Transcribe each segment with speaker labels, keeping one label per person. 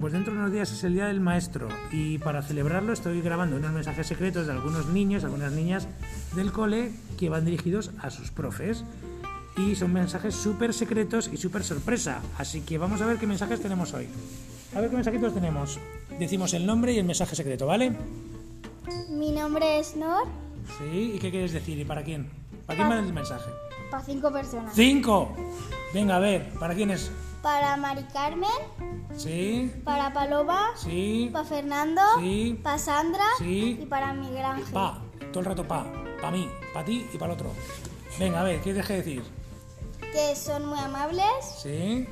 Speaker 1: pues dentro de unos días es el Día del Maestro y para celebrarlo estoy grabando unos mensajes secretos de algunos niños, algunas niñas del cole que van dirigidos a sus profes. Y son mensajes súper secretos y súper sorpresa. Así que vamos a ver qué mensajes tenemos hoy. A ver qué mensajitos tenemos. Decimos el nombre y el mensaje secreto, ¿vale?
Speaker 2: Mi nombre es Nor,
Speaker 1: Sí, ¿y qué quieres decir? ¿Y para quién? ¿Para quién va el mensaje?
Speaker 2: para cinco personas.
Speaker 1: ¡Cinco! Venga, a ver, ¿para quién es?
Speaker 2: Para Mari Carmen,
Speaker 1: Sí,
Speaker 2: para Paloma,
Speaker 1: sí,
Speaker 2: para Fernando,
Speaker 1: Sí.
Speaker 2: para Sandra
Speaker 1: Sí.
Speaker 2: y para Miguel Ángel.
Speaker 1: pa, todo el rato pa, pa mí, pa ti y para el otro. Venga, a ver, ¿qué deje decir?
Speaker 2: Que son muy amables
Speaker 1: Sí,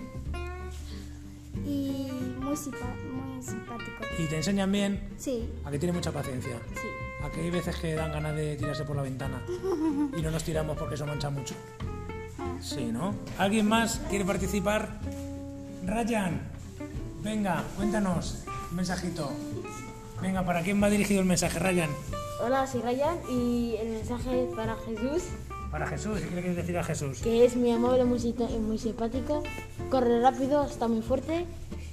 Speaker 2: y muy, simpa- muy simpáticos.
Speaker 1: y te enseñan bien
Speaker 2: Sí,
Speaker 1: a que tienes mucha paciencia.
Speaker 2: sí.
Speaker 1: A que hay veces que dan ganas de tirarse por la ventana y no nos tiramos porque eso mancha mucho. Sí, ¿no? ¿Alguien más quiere participar? Ryan, venga, cuéntanos un mensajito. Venga, ¿para quién va dirigido el mensaje, Ryan?
Speaker 3: Hola, soy Ryan y el mensaje es para Jesús,
Speaker 1: Para Jesús, ¿qué le quieres decir a Jesús?
Speaker 3: que es muy amable, muy, sita- y muy simpático, corre rápido, está muy fuerte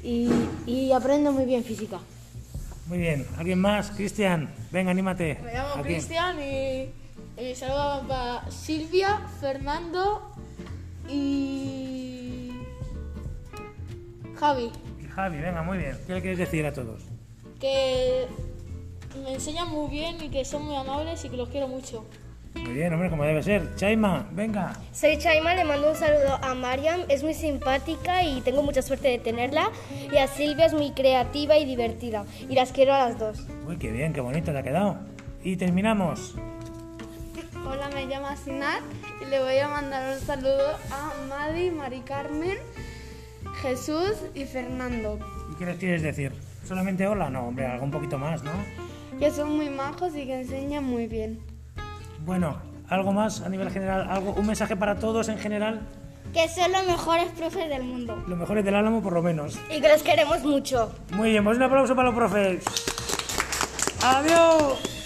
Speaker 3: y, y aprende muy bien física.
Speaker 1: Muy bien, ¿alguien más? Cristian, venga, anímate.
Speaker 4: Me llamo
Speaker 1: ¿A quién?
Speaker 4: Cristian y, y mi saludo va para Silvia, Fernando y Javi,
Speaker 1: Y Javi, venga, muy bien. ¿Qué le quieres decir a todos?
Speaker 4: que me enseñan muy bien y que son muy amables y que los quiero mucho.
Speaker 1: Muy bien, hombre, como debe ser. Chaima, venga.
Speaker 5: Soy Chaima, le mando un saludo a Mariam, es muy simpática y tengo mucha suerte de tenerla. Y a Silvia es muy creativa y divertida. Y las quiero a las dos.
Speaker 1: Uy, qué bien, qué bonito te ha quedado. Y terminamos.
Speaker 6: Hola, me llamo Sinat y le voy a mandar un saludo a Madi, Mari Carmen, Jesús y Fernando,
Speaker 1: ¿Y qué les quieres decir? ¿Solamente hola? No, hombre, algo un poquito más, ¿no?
Speaker 6: que son muy majos y que enseñan muy bien.
Speaker 1: Bueno, algo más a nivel general, algo, un mensaje para todos en general.
Speaker 5: Que son los mejores profes del mundo.
Speaker 1: Lo mejor es del álamo, por lo menos.
Speaker 5: Y que los queremos mucho.
Speaker 1: Muy bien, pues un aplauso para los profes. ¡Adiós!